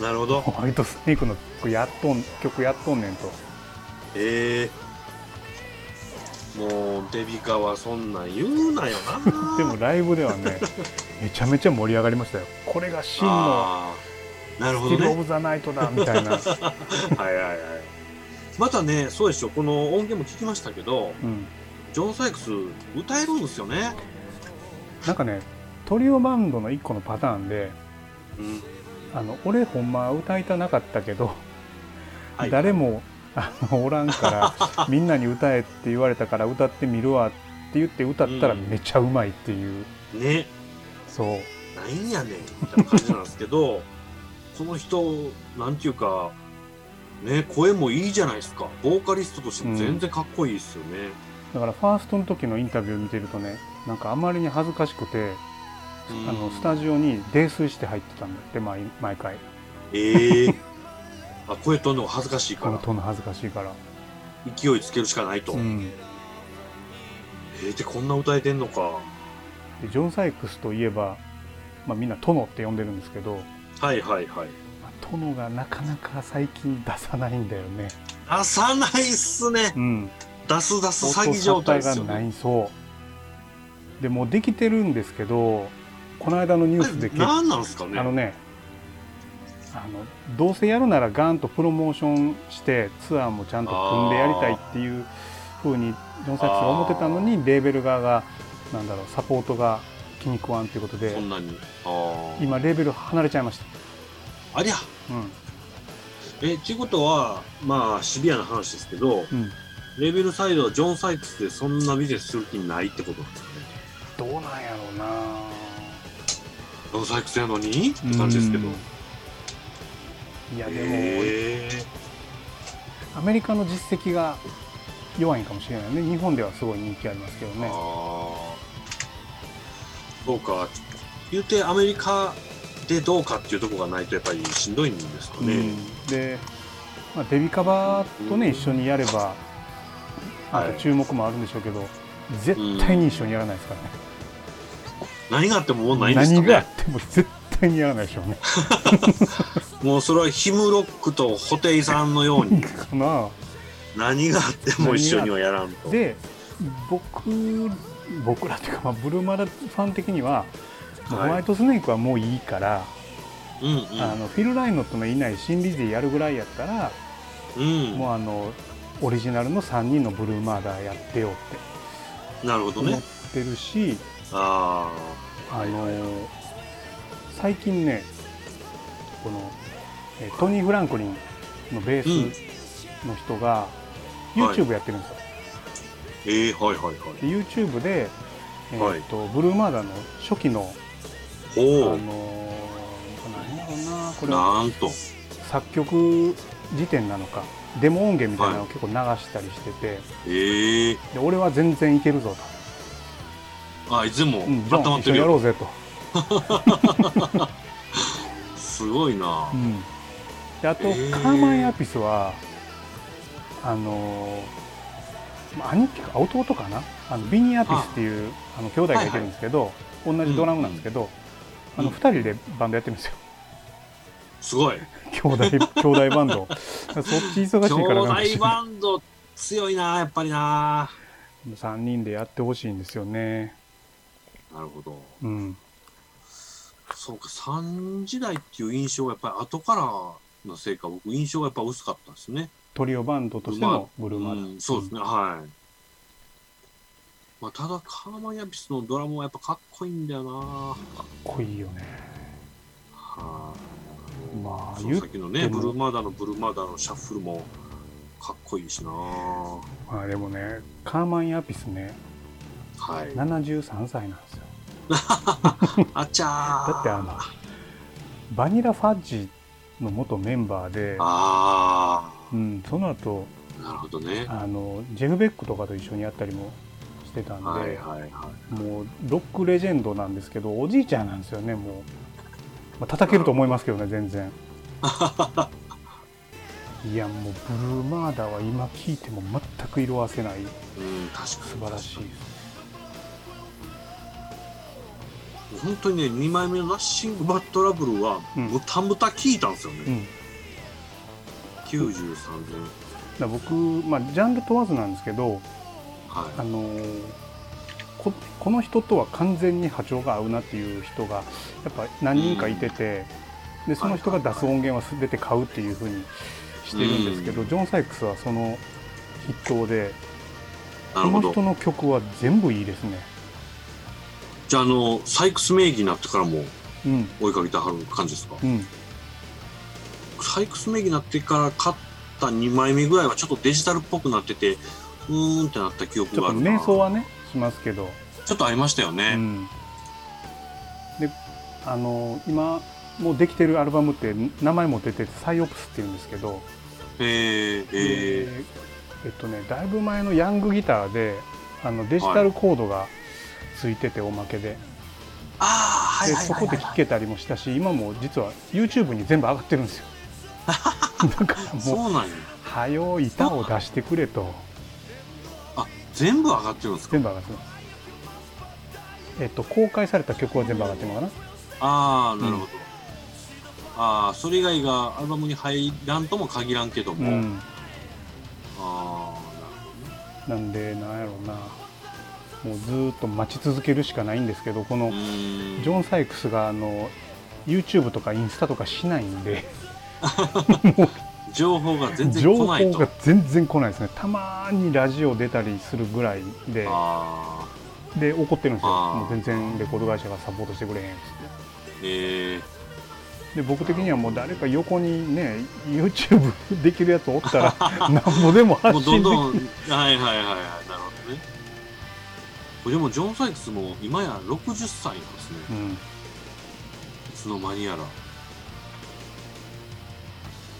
あ、なるほど。
ホワイトスネークの曲やっとん曲やっとんねんと
ええもうデビカはそんなん言うなよな
<laughs> でもライブでは
<laughs>
ねめちゃめちゃ盛り上がりましたよこれが真の
あーなる
「
ほ
ステ
ど
ィル・オ
ね
ブ・ザ・ナイト」だみ
<laughs>
たいな、
はいはいはいまたねそうでしょこの音源も聞きましたけど
うん、
ジョン・サイクス歌えるんですよね
なんかねトリオバンドの一個のパターンで
うん
あの俺ほんま歌いたなかったけど
はい
誰もあのおらんか
<laughs>
らみんなに歌えって言われたから歌ってみるわって言って歌ったら
うん
めちゃうまいっていう、
ね
そう
なんやねんみたいな感じなんですけど <laughs> その人なんていうかね声もいいじゃないですかボーカリストとしても全然かっこいいですよね、
だからファーストの時のインタビュー見てるとねなんかあまりに恥ずかしくて、
うん
あのスタジオに泥酔して入ってたんだって毎毎回
ええあ声とんのが恥ずかしいか
この
ら
とんの恥ずかしいから、
勢いつけるしかないと、
うん、で
ええってこんな歌えてんのか
ジョン・サイクスといえば、まあ、みんな「殿」って呼んでるんですけど、
はいはいはい
まあ殿がなかなか最近出さないんだよね、
出さないっすね
うん、
出す出す詐欺状態ですよ
がな
ね
いそうでもうできてるんですけどこの間のニュースで
あれなんなんですかね
あのねあのどうせやるならガンとプロモーションしてツアーもちゃんと組んでやりたいっていうふうにジョン・サイクスが思ってたのにレーベル側がなんだろうサポートが気に食わんということで
そんなにあー
今レーベル離れちゃいまし
ありゃ
た、うん
えっていうことはまあシビアな話ですけど
うん、
レベルサイドはジョン・サイクスでそんなビジネスする気ないってことなんですかね
どうなんやろうな
ジョン・サイクスやのにって感じですけど
うんいやでも、
ええ
アメリカの実績が弱いんかもしれないね日本ではすごい人気ありますけどね
あーそうか言うてアメリカでどうかっていうところがないとやっぱりしんどいんですかね、
うんで、まあ、デビカバとね一緒にやればあ
は
と
い
注目もあるんでしょうけど、絶対に一緒にやらないですからね、
何があってももうないんですか
何があっ
ね
ても絶対にやらないでしょう
<laughs>
ね
もうそれはヒムロックとホテイさんのよう
<laughs>
に
かな
何があっても一緒にはやらんと
で僕僕らっていうか、まあ、ブルーマラファン的には、もう
はい
ホワイトスネークはもういいから、
うんうん
あのフィル・ライノットのいない新理事でやるぐらいやったら、
うん
もうあのオリジナルの3人のブルーマーダーやってよって
なるほど
思っ
ね
てるし、
あ
あの最近ねこのえートニー・フランクリンのベースの人が、
うんはい
YouTube やってるんですよ、
あええはいはいはい
で YouTube で、えーっとブルーマーダーの初期の、あ
ほう
の何やろなこれは
なんと
作曲辞典なのかデモ音源みたいなのを結構流したりしてて、
ええ
で俺は全然いけるぞ
あいつも
と、うん、じゃ
温
あ
まっ
一
てる
緒にや
よ、
ろうぜと、
すごいな
うん、であと、
えー
カーマン・アピスはあのーまあ兄貴か弟かなあのビニー・アピスっていうあの兄弟がいてるんですけど、同じドラムなんですけど、あの
うん
2人でバンドやってるんですよ <laughs>
すごい
兄弟 <laughs> 兄弟バンドそっち忙しいからなん
兄弟バンド強いなやっぱりな
3人でやってほしいんですよね
なるほど
うん
そうか3時代っていう印象がやっぱり後からのせいか僕印象がやっぱ薄かったんですね
トリオバンドとしてのブルーマーダー、
うん、そうですね、はい、まあ、ただカーマン・ヤピスのドラムはやっぱかっこいいんだよな
濃いよね
はい
まあ
そ
言
う
っ
さっきのね
も
ブルーマーダーのブルーマーダーのシャッフルもかっこいいしなは
まあでもねカーマン・アピスね
い
73歳なんですよ
あちゃー
だってあのバニラファッジの元メンバーで、
あ
うん、その後
ーなるほどね
あのジェフ・ベックとかと一緒にやったりもしてたんで、
はいはいはい
もうロックレジェンドなんですけどおじいちゃんなんですよねもう、まあ、叩けると思いますけどね全
<laughs>
然いやもうブルーマーダーは今聴いても全く色あせない
うん確かに
素晴らしい
本当にね2枚目の「ナッシング・バッド・ラブル」は
うん
ブタブタ聞いたんですよ
う
ね、
ん、だか
93年
ら僕、まあ、ジャンル問わずなんですけど
はい
あのーここの人とは完全に波長が合うなっていう人がやっぱ何人かいてて、でその人が出す音源は全て買うっていうふうにしてるんですけど、
うん
ジョン・サイクスはその筆頭で
な
こ
るほ
の
ど
人の曲は全部いいですね、
じゃああのサイクス名義になってからも
うん
追いかけてはる感じですか
うん、
サイクス名義になってから買っった2枚目ぐらいはちょっとデジタルっぽくなってて、うーんってなった記
ち
憶
ょ
が
っ
あ
と
る
瞑
な。
想はねしますけど、
ちょっとありましたよ
う
ね。
ん、であの今もうできてるアルバムって名前も出てて「サイオプス」っていうんですけど、
えー、えー、
えーえっとねだいぶ前のヤングギターであのデジタルコードがついてておまけで,、
ああ、はい
で
はい
そ
はい、
こ
は
で
い。
聴けたりもしたし今も実は YouTube に全部上がってるんで
<laughs>
すよだからもう
そうなんや。
「はよ板を出してくれ」と
あ、全部上がってるんですか
全部上がってますえっと公開された曲は全部上がってるのかな
ああ、なるほど。ああ、それ以外がアルバムに入らんとも限らんけど
う
も。
ん
あ
なんでなんやろうなもうずーっと待ち続けるしかないんですけどこ
あ、
の
なるほど。うーん。
ジョン・サイクスがあの YouTube とかインスタとかしないんで
情報が全然
情
来
報
ないと
が。全然来ないですねたまーにラジオ出たりするぐらいで
ああ、
で怒ってるんですよ
あー
もう全然レコード会社がサポートしてくれへんっつっ
ええー。
てで僕的にはもう誰か横にね YouTube できるやつおった
<laughs>
らなんぼでも
も
発
うど
信
ん
でき
どん、はいはいはいはい、なるほどね。これでもジョン・サイクスも今や60歳なんですね。
うん
いつの間にやら。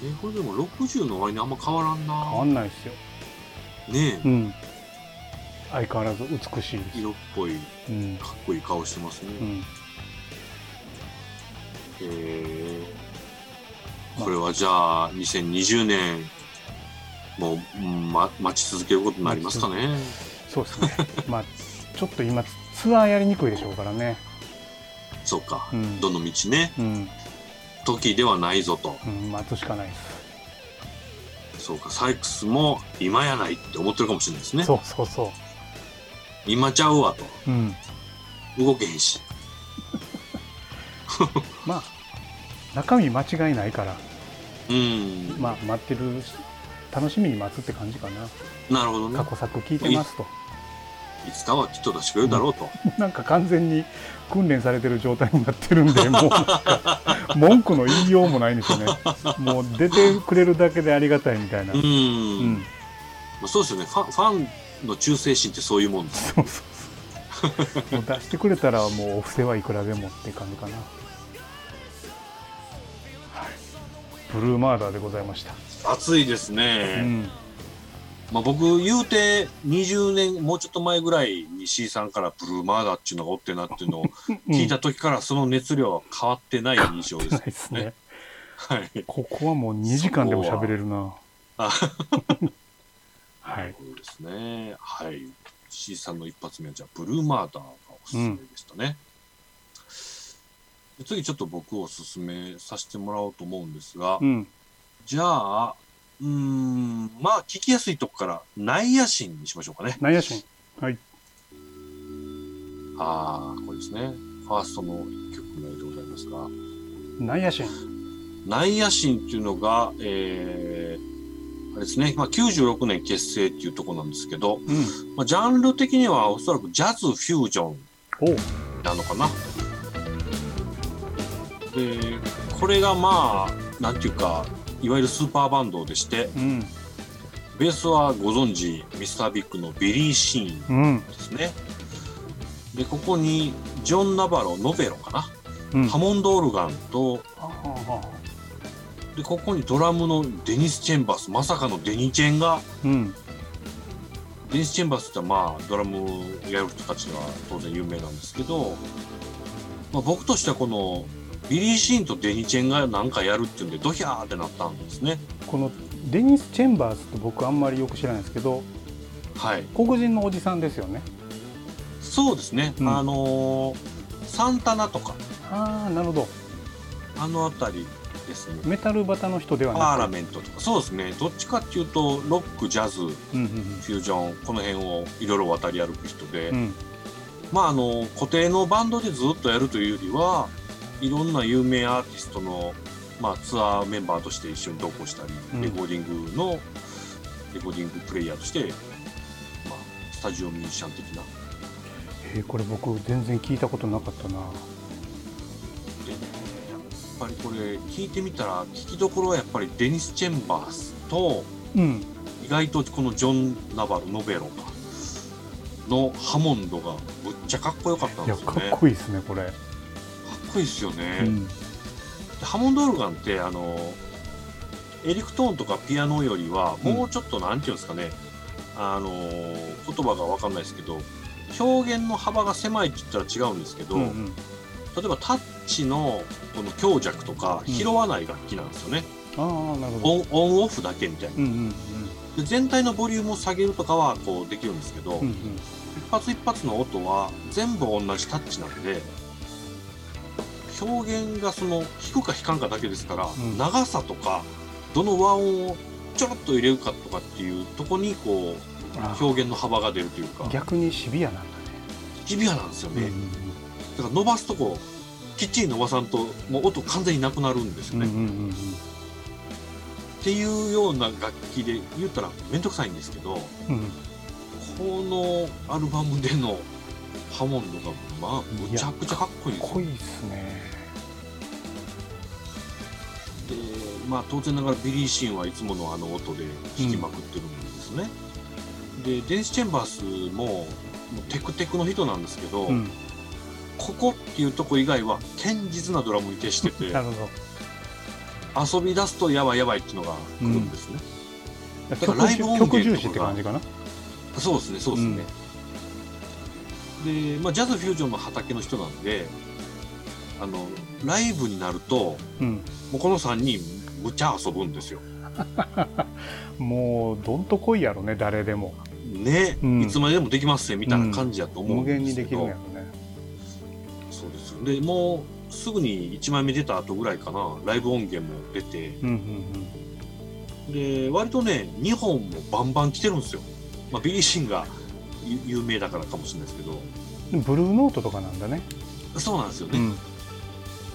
え、これでも60の割にあんま変わらん
変わ
な。
んないですよ
ね
う
え、
ん相変わらず美しいです
色っぽい、
うん
かっこいい顔してます
う
ね。
ん
へえ。これはじゃあ、2020年、もう、うんま、待ち続けることになりますかね。
そう
<laughs>
ですねまあちょっと今ツアーやりにくいでしょうからね
そうか
う。ん
どの道ね、
うん、
時ではないぞと。
うん、待つしかないです
そうか、サイクスも今やないって思ってるかもしれないですね。
そうそうそ
今ちゃうわと。
ううん
動けへんし。
まあ中身間違いないから、
うん。
まあ、待ってるし楽しみに待つって感じかな
なるほどね
過。去作聞いてますと
いつかはきっと出してくれるだろうと。
なんか完全に訓練されてる状態になってるんでもうなんか文句の言いようもないんですよねもう出てくれるだけでありがたいみたいな、
うん。
う
ま
ん、
あ、そうですよねファン。ファンの忠誠心ってそういうもんです。
そうそうそうもう出してくれたらもうお布施はいくらでもって感じかなはいブルーマーダーでございました、
熱いです
う
ね。
ん、
まあ僕、言うて20年、もうちょっと前ぐらいに C さんからブルーマーダーっていうのがおってなっていうの
<laughs>
を聞いた時からその熱量は変わってない印象で
ない
す。
ですね
はい。
ここはもう2時間でも喋れるな。
あ
はい。
そうですね。はい。C さんの一発目は、じゃあ、ブルーマーダーがおすすめでしたね。で次、ちょっと僕をおすすめさせてもらおうと思うんですが、
うん。
じゃあ、うーん、まあ、聞きやすいとこから、内野心にしましょうかね。
内野心。はい。
ああ、これですね。ファーストの曲名でございますが、
内野心。
内野心っていうのが、えー、あれですね、まあ、96年結成っていうところなんですけど、
うん。
まあ、ジャンル的にはおそらくジャズフュージョン
おう。
なのかな。でこれがまあなんていうかいわゆるスーパーバンドでして
うん。
ベースはご存知ミスタービッグのビリー・シーン
うん。
ですね。でここにジョン・ナバロノベロかな、
うん。
ハモンドオルガンと
ああ
でここにドラムのデニス・チェンバスまさかのデニチェンが
うん。
デニス・チェンバスってまあドラムをやる人たちが当然有名なんですけど、まあ、僕としてはこのビリー・シーンとデニチェンが何かやるっていうんでドヒャーってなったんですね
このデニス・チェンバーズって僕あんまりよく知らないですけど、
はい
黒人のおじさんですよね。
そうですね、
うん
あのーサンタナとか
ああ、なるほど。
あの辺りですね
メタルバタの人ではなく。
パーラメントとかそうですねどっちかっていうとロックジャズフ
うんうん
ュージョンこの辺をいろいろ渡り歩く人で、
うん。うん。
まああの固定のバンドでずっとやるというよりはいろんな有名アーティストの、まあ、ツアーメンバーとして一緒に同行したり、
うん
レコーディングのレコーディングプレイヤーとして、まあ、スタジオミュージシャン的な
えー、これ僕全然聞いたことなかったな。
でやっぱりこれ聞いてみたら聞きどころはやっぱりデニス・チェンバースと
うん
意外とこのジョン・ナバルノベロかのハモンドがむっちゃかっこよかったん
い
で
や
すよ
か
ね
っこいいですねこれ、
かっこいいですよね、
うん
でハモンドオルガンってあのエリクトーンとかピアノよりは
うん
もうちょっとなんていうんですかね、あの言葉が分かんないですけど表現の幅が狭いって言ったら違うんですけど、
うんうん
例えばタッチのこの強弱とか
うん
拾わない楽器なんですよね、
ああなるほ
オ
ど
ンオンオフだけみたいな
うんうん
で全体のボリュームを下げるとかはこうできるんですけど、
うんうんうん
一発一発の音は全部同じタッチなんで表現がその弾くか弾かんかだけですから、
ん
長さとかどの和音をちょろっと入れるかとかっていうとこにこう
あー
表現の幅が出るというか
逆にシビアなんだ
シビアなんですよね、
ね
だから伸ばすとこきっちり伸ばさんともう音完全になくなるんです
う
よ
ん
ね、
うんうんうん
っていうような楽器で言ったら面倒くさいんですけど
うんうん
このアルバムでのハモンドがまあむちゃくちゃかっこいいんですよ
濃いですね
でまあ当然ながらビリー・シーンはいつものあの音で弾きまくってるんですね、でデンス・チェンバースももうテクテクの人なんですけど、
うん
ここっていうとこ以外は堅実なドラムに徹してて
<laughs> なるほど
遊び出すとやばいやばいっていうのが来るんですね、だから
曲
ライ
じ
ブ
ゅ
音源
曲重視って感じかな
そうですねそうですね、で、まあ、ジャズ・フュージョンの畑の人なんであのライブになると
うん
もうこの3人むちゃ遊ぶんですよ
もうどんと濃いやろね誰でも
ね、
うん
いつまででもできますねみたいな感じやと思う
無
んで
限に
すけ
で
ど、
きるんやろね
そうですよでもうすぐに1枚目出た後ぐらいかなライブ音源も出て
うんうん
で割とね2本もバンバン来てるんですよ、まあ、ビリー・シンがゆ有名だからかもしれないですけど
うんブルーノートとかなんだね
そうなんですよ
う
ね、
ん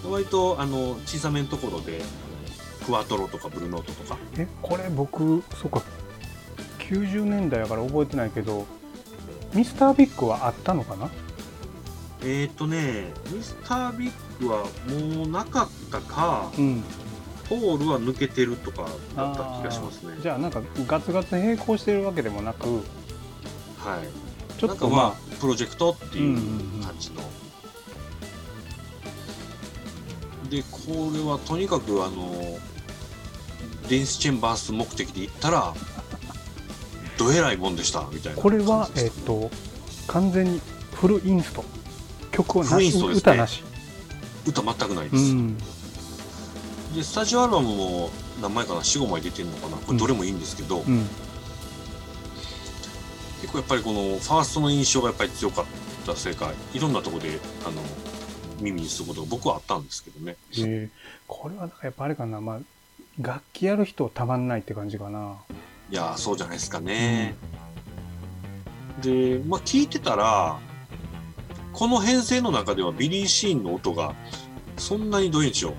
割とあの小さめのところでクワトロとかブルーノートとか
えこれ僕そうか90年代やから覚えてないけどミスタービッグはあったのかな
えっ、ー、とねミスター・ビッグはもうなかったか
うん
ポールは抜けてるとかだった気がしますね
じゃあなんかガツガツ並行してるわけでもなく
はい
ちょ
な
っ
んか
と
まあ
ま
プロジェクトっていうん
うんうん
う感じの、でこれはとにかくあのデンスチェンバース目的で行ったらどえらいもんでしたみたい
あ
な
これ
感
は
じで
えっ
す
と完全にフルインスト曲はな
フルイ
し、
ンストですね
歌なし
歌全くないで
う
す、
ん
でスタジオアルバムも何枚かな45枚出てるのかなこれどれもいいんですけど、
うん
結構やっぱりこのファーストの印象がやっぱり強かったせいかいろんなとこであの耳にすることが僕はあったんですけどね
えーこれはなんかやっぱあれかなまあ楽器やる人たまんないって感じかない
やーそうじゃないですかね。で、まあ、聞いてたらこの編成の中ではビリー・シーンの音がそんなにどういうんでしょ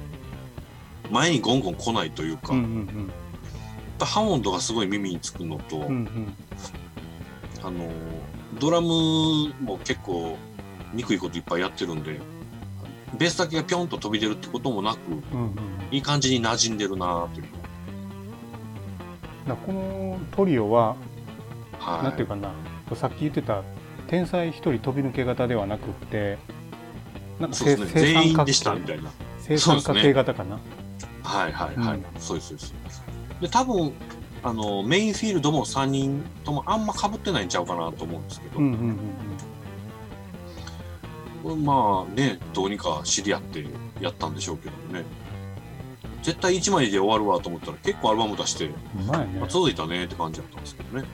う前にゴンゴン来ないというか、
う
や
ん
っぱハモンドがすごい耳につくのと、
うんうんうん
あのードラムも結構憎いこといっぱいやってるんでベースだけがピョンと飛び出るってこともなく
うんうんうん
いい感じに馴染んでるなーという。
だからこのトリオは、
はい、
なんていうかなさっき言ってた天才一人飛び抜け型ではなくってなんか
そうで
生
すね
生
全
産
員
化
でしたみたいな。
生
そ
産
う
化
ですね
系型かな、
はいはいはい、
うん
そうですそうです。で多分あのメインフィールドも3人ともあんま被ってないんちゃうかなと思うんですけど、
うんうんうんうん
まあねどうにか知り合ってやったんでしょうけどね絶対1枚で終わるわと思ったら結構アルバム出して、
うまいね
まあ、続いたねって感じだったんですけどね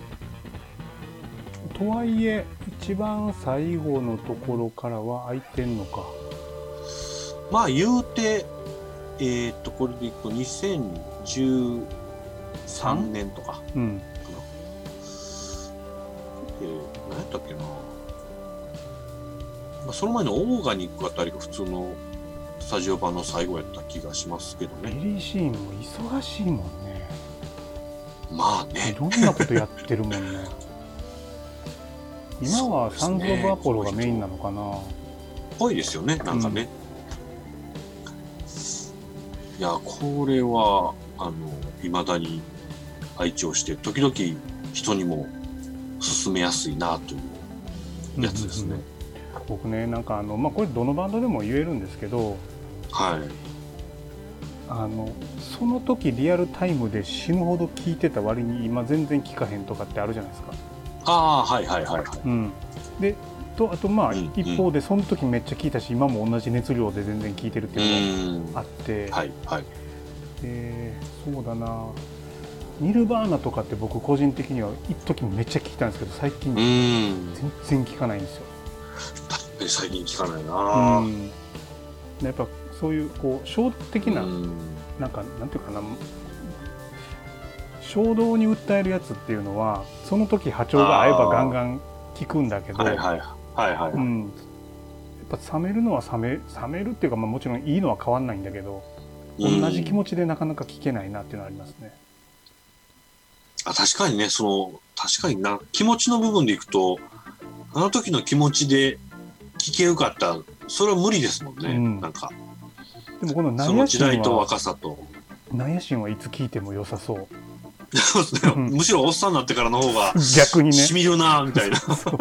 とはいえ一番最後のところからは空いてんのか
まあ言うてえーっとこれでいくと2013年とか、
うん
えー何やったっけな、まあ、その前のオーガニックあたりが普通のスタジオ版の最後やった気がしますけど
ビリ
ね
ー・シーンも忙しいもんね
まあ
い
ね
ろんなことやって
<laughs>
るもんね今はサンズ・オブ・アポロがメインなのかな
ぽいですよねなんかね、いやこれはあの未だに愛聴して時々人にも勧めやすいなというやつですね。
僕ねなんかあの、まあ、これどのバンドでも言えるんですけど
はい。
あのその時リアルタイムで死ぬほど聞いてた割に今全然聞かへんとかってあるじゃないですか。
ああーはいはいはいはい。
うん、でとあとまあ
うんうん
一方でその時めっちゃ聞いたし今も同じ熱量で全然聞いてるって
う
いうの
ーん。
があ
は
って、
いはい。
えーそうだなニルバーナとかって僕個人的には一時めっちゃ聞いたんですけど最近
うーん。
全然聞かないんですよ。
確かに最近聞かないうな。うん
ん、やっぱそういうこう衝動的ななんかなんていうかな衝動に訴えるやつっていうのはその時波長が合えばガンガン効くんだけど、
はいはいはいはい。
うん、やっぱ冷めるのは冷め冷めるっていうか、まあ、もちろんいいのは変わんないんだけど
うん
同じ気持ちでなかなか聞けないなっていうのはありますね。
あ確かにね、その、確かにな、気持ちの部分でいくと、あの時の気持ちで聞けるかったら、それは無理ですもんね、
うん
なんか、
でもこの
そ
内
の
野
時
心
代と
は
若さと。
内野心はいつ聞いても良さそう
そうですね、
うん
<laughs> むしろおっさんになってからの方
<laughs>
が、
逆にね。
しみるな、みたいな。<laughs>
<laughs> そう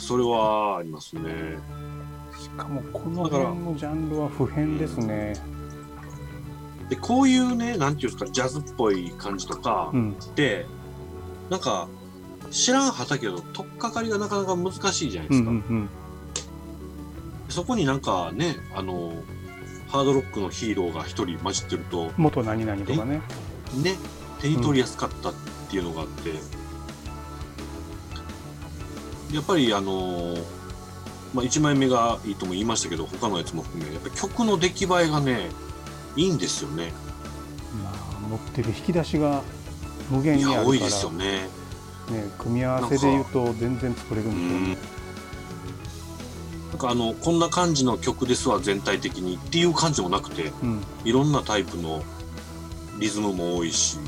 それはありますね。
しかもこの辺のジャンルは普遍ですね。
で、こういうね、なんていうんですか、ジャズっぽい感じとか
うん、
って、なんか、知らんはたけど、とっかかりがなかなか難しいじゃないで
うん、う
す
ん
か。
うん
そこになんかね、あの、ハードロックのヒーローが一人混じってると、
元何々とかね。
ね、手に取りやすかったっていうのがあって、やっぱりあのーまあ、1枚目がいいとも言いましたけど他のやつも含めやっぱ曲の出来栄えがねいいんですよね
まあ、持ってる引き出しが無限
い
にあるか
や
ら
多いですよね
ね、組み合わせで言うと全然作れる
うんん
です
なんかあのこんな感じの曲ですわ全体的にっていう感じもなくて
よね。
いろんなタイプのリズムも多いし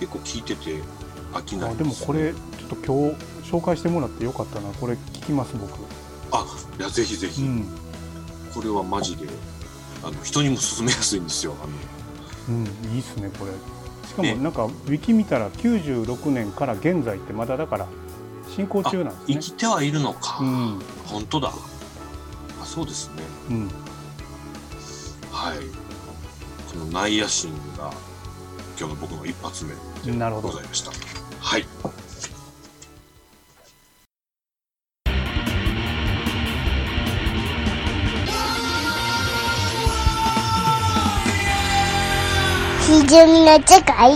結構聴いてて飽き
うん、
な
あ
い
でも
す
これちょっと今日紹介してもらってよかったなこれ聞きます僕、
あいやぜひぜひ、
うん
これはマジであの人にも勧めやすいんですよあの
うん、いいっすねこれしか
ね
もなんかウィキ見たら96年から現在ってまだだから進行中なん
生
です
き
ね
てはいるのか、
うん
本当だあそうですね
うん
はいこの内野心が今日の僕の一発目で
なるほど
ございましたはい
ひじゅみのちかい。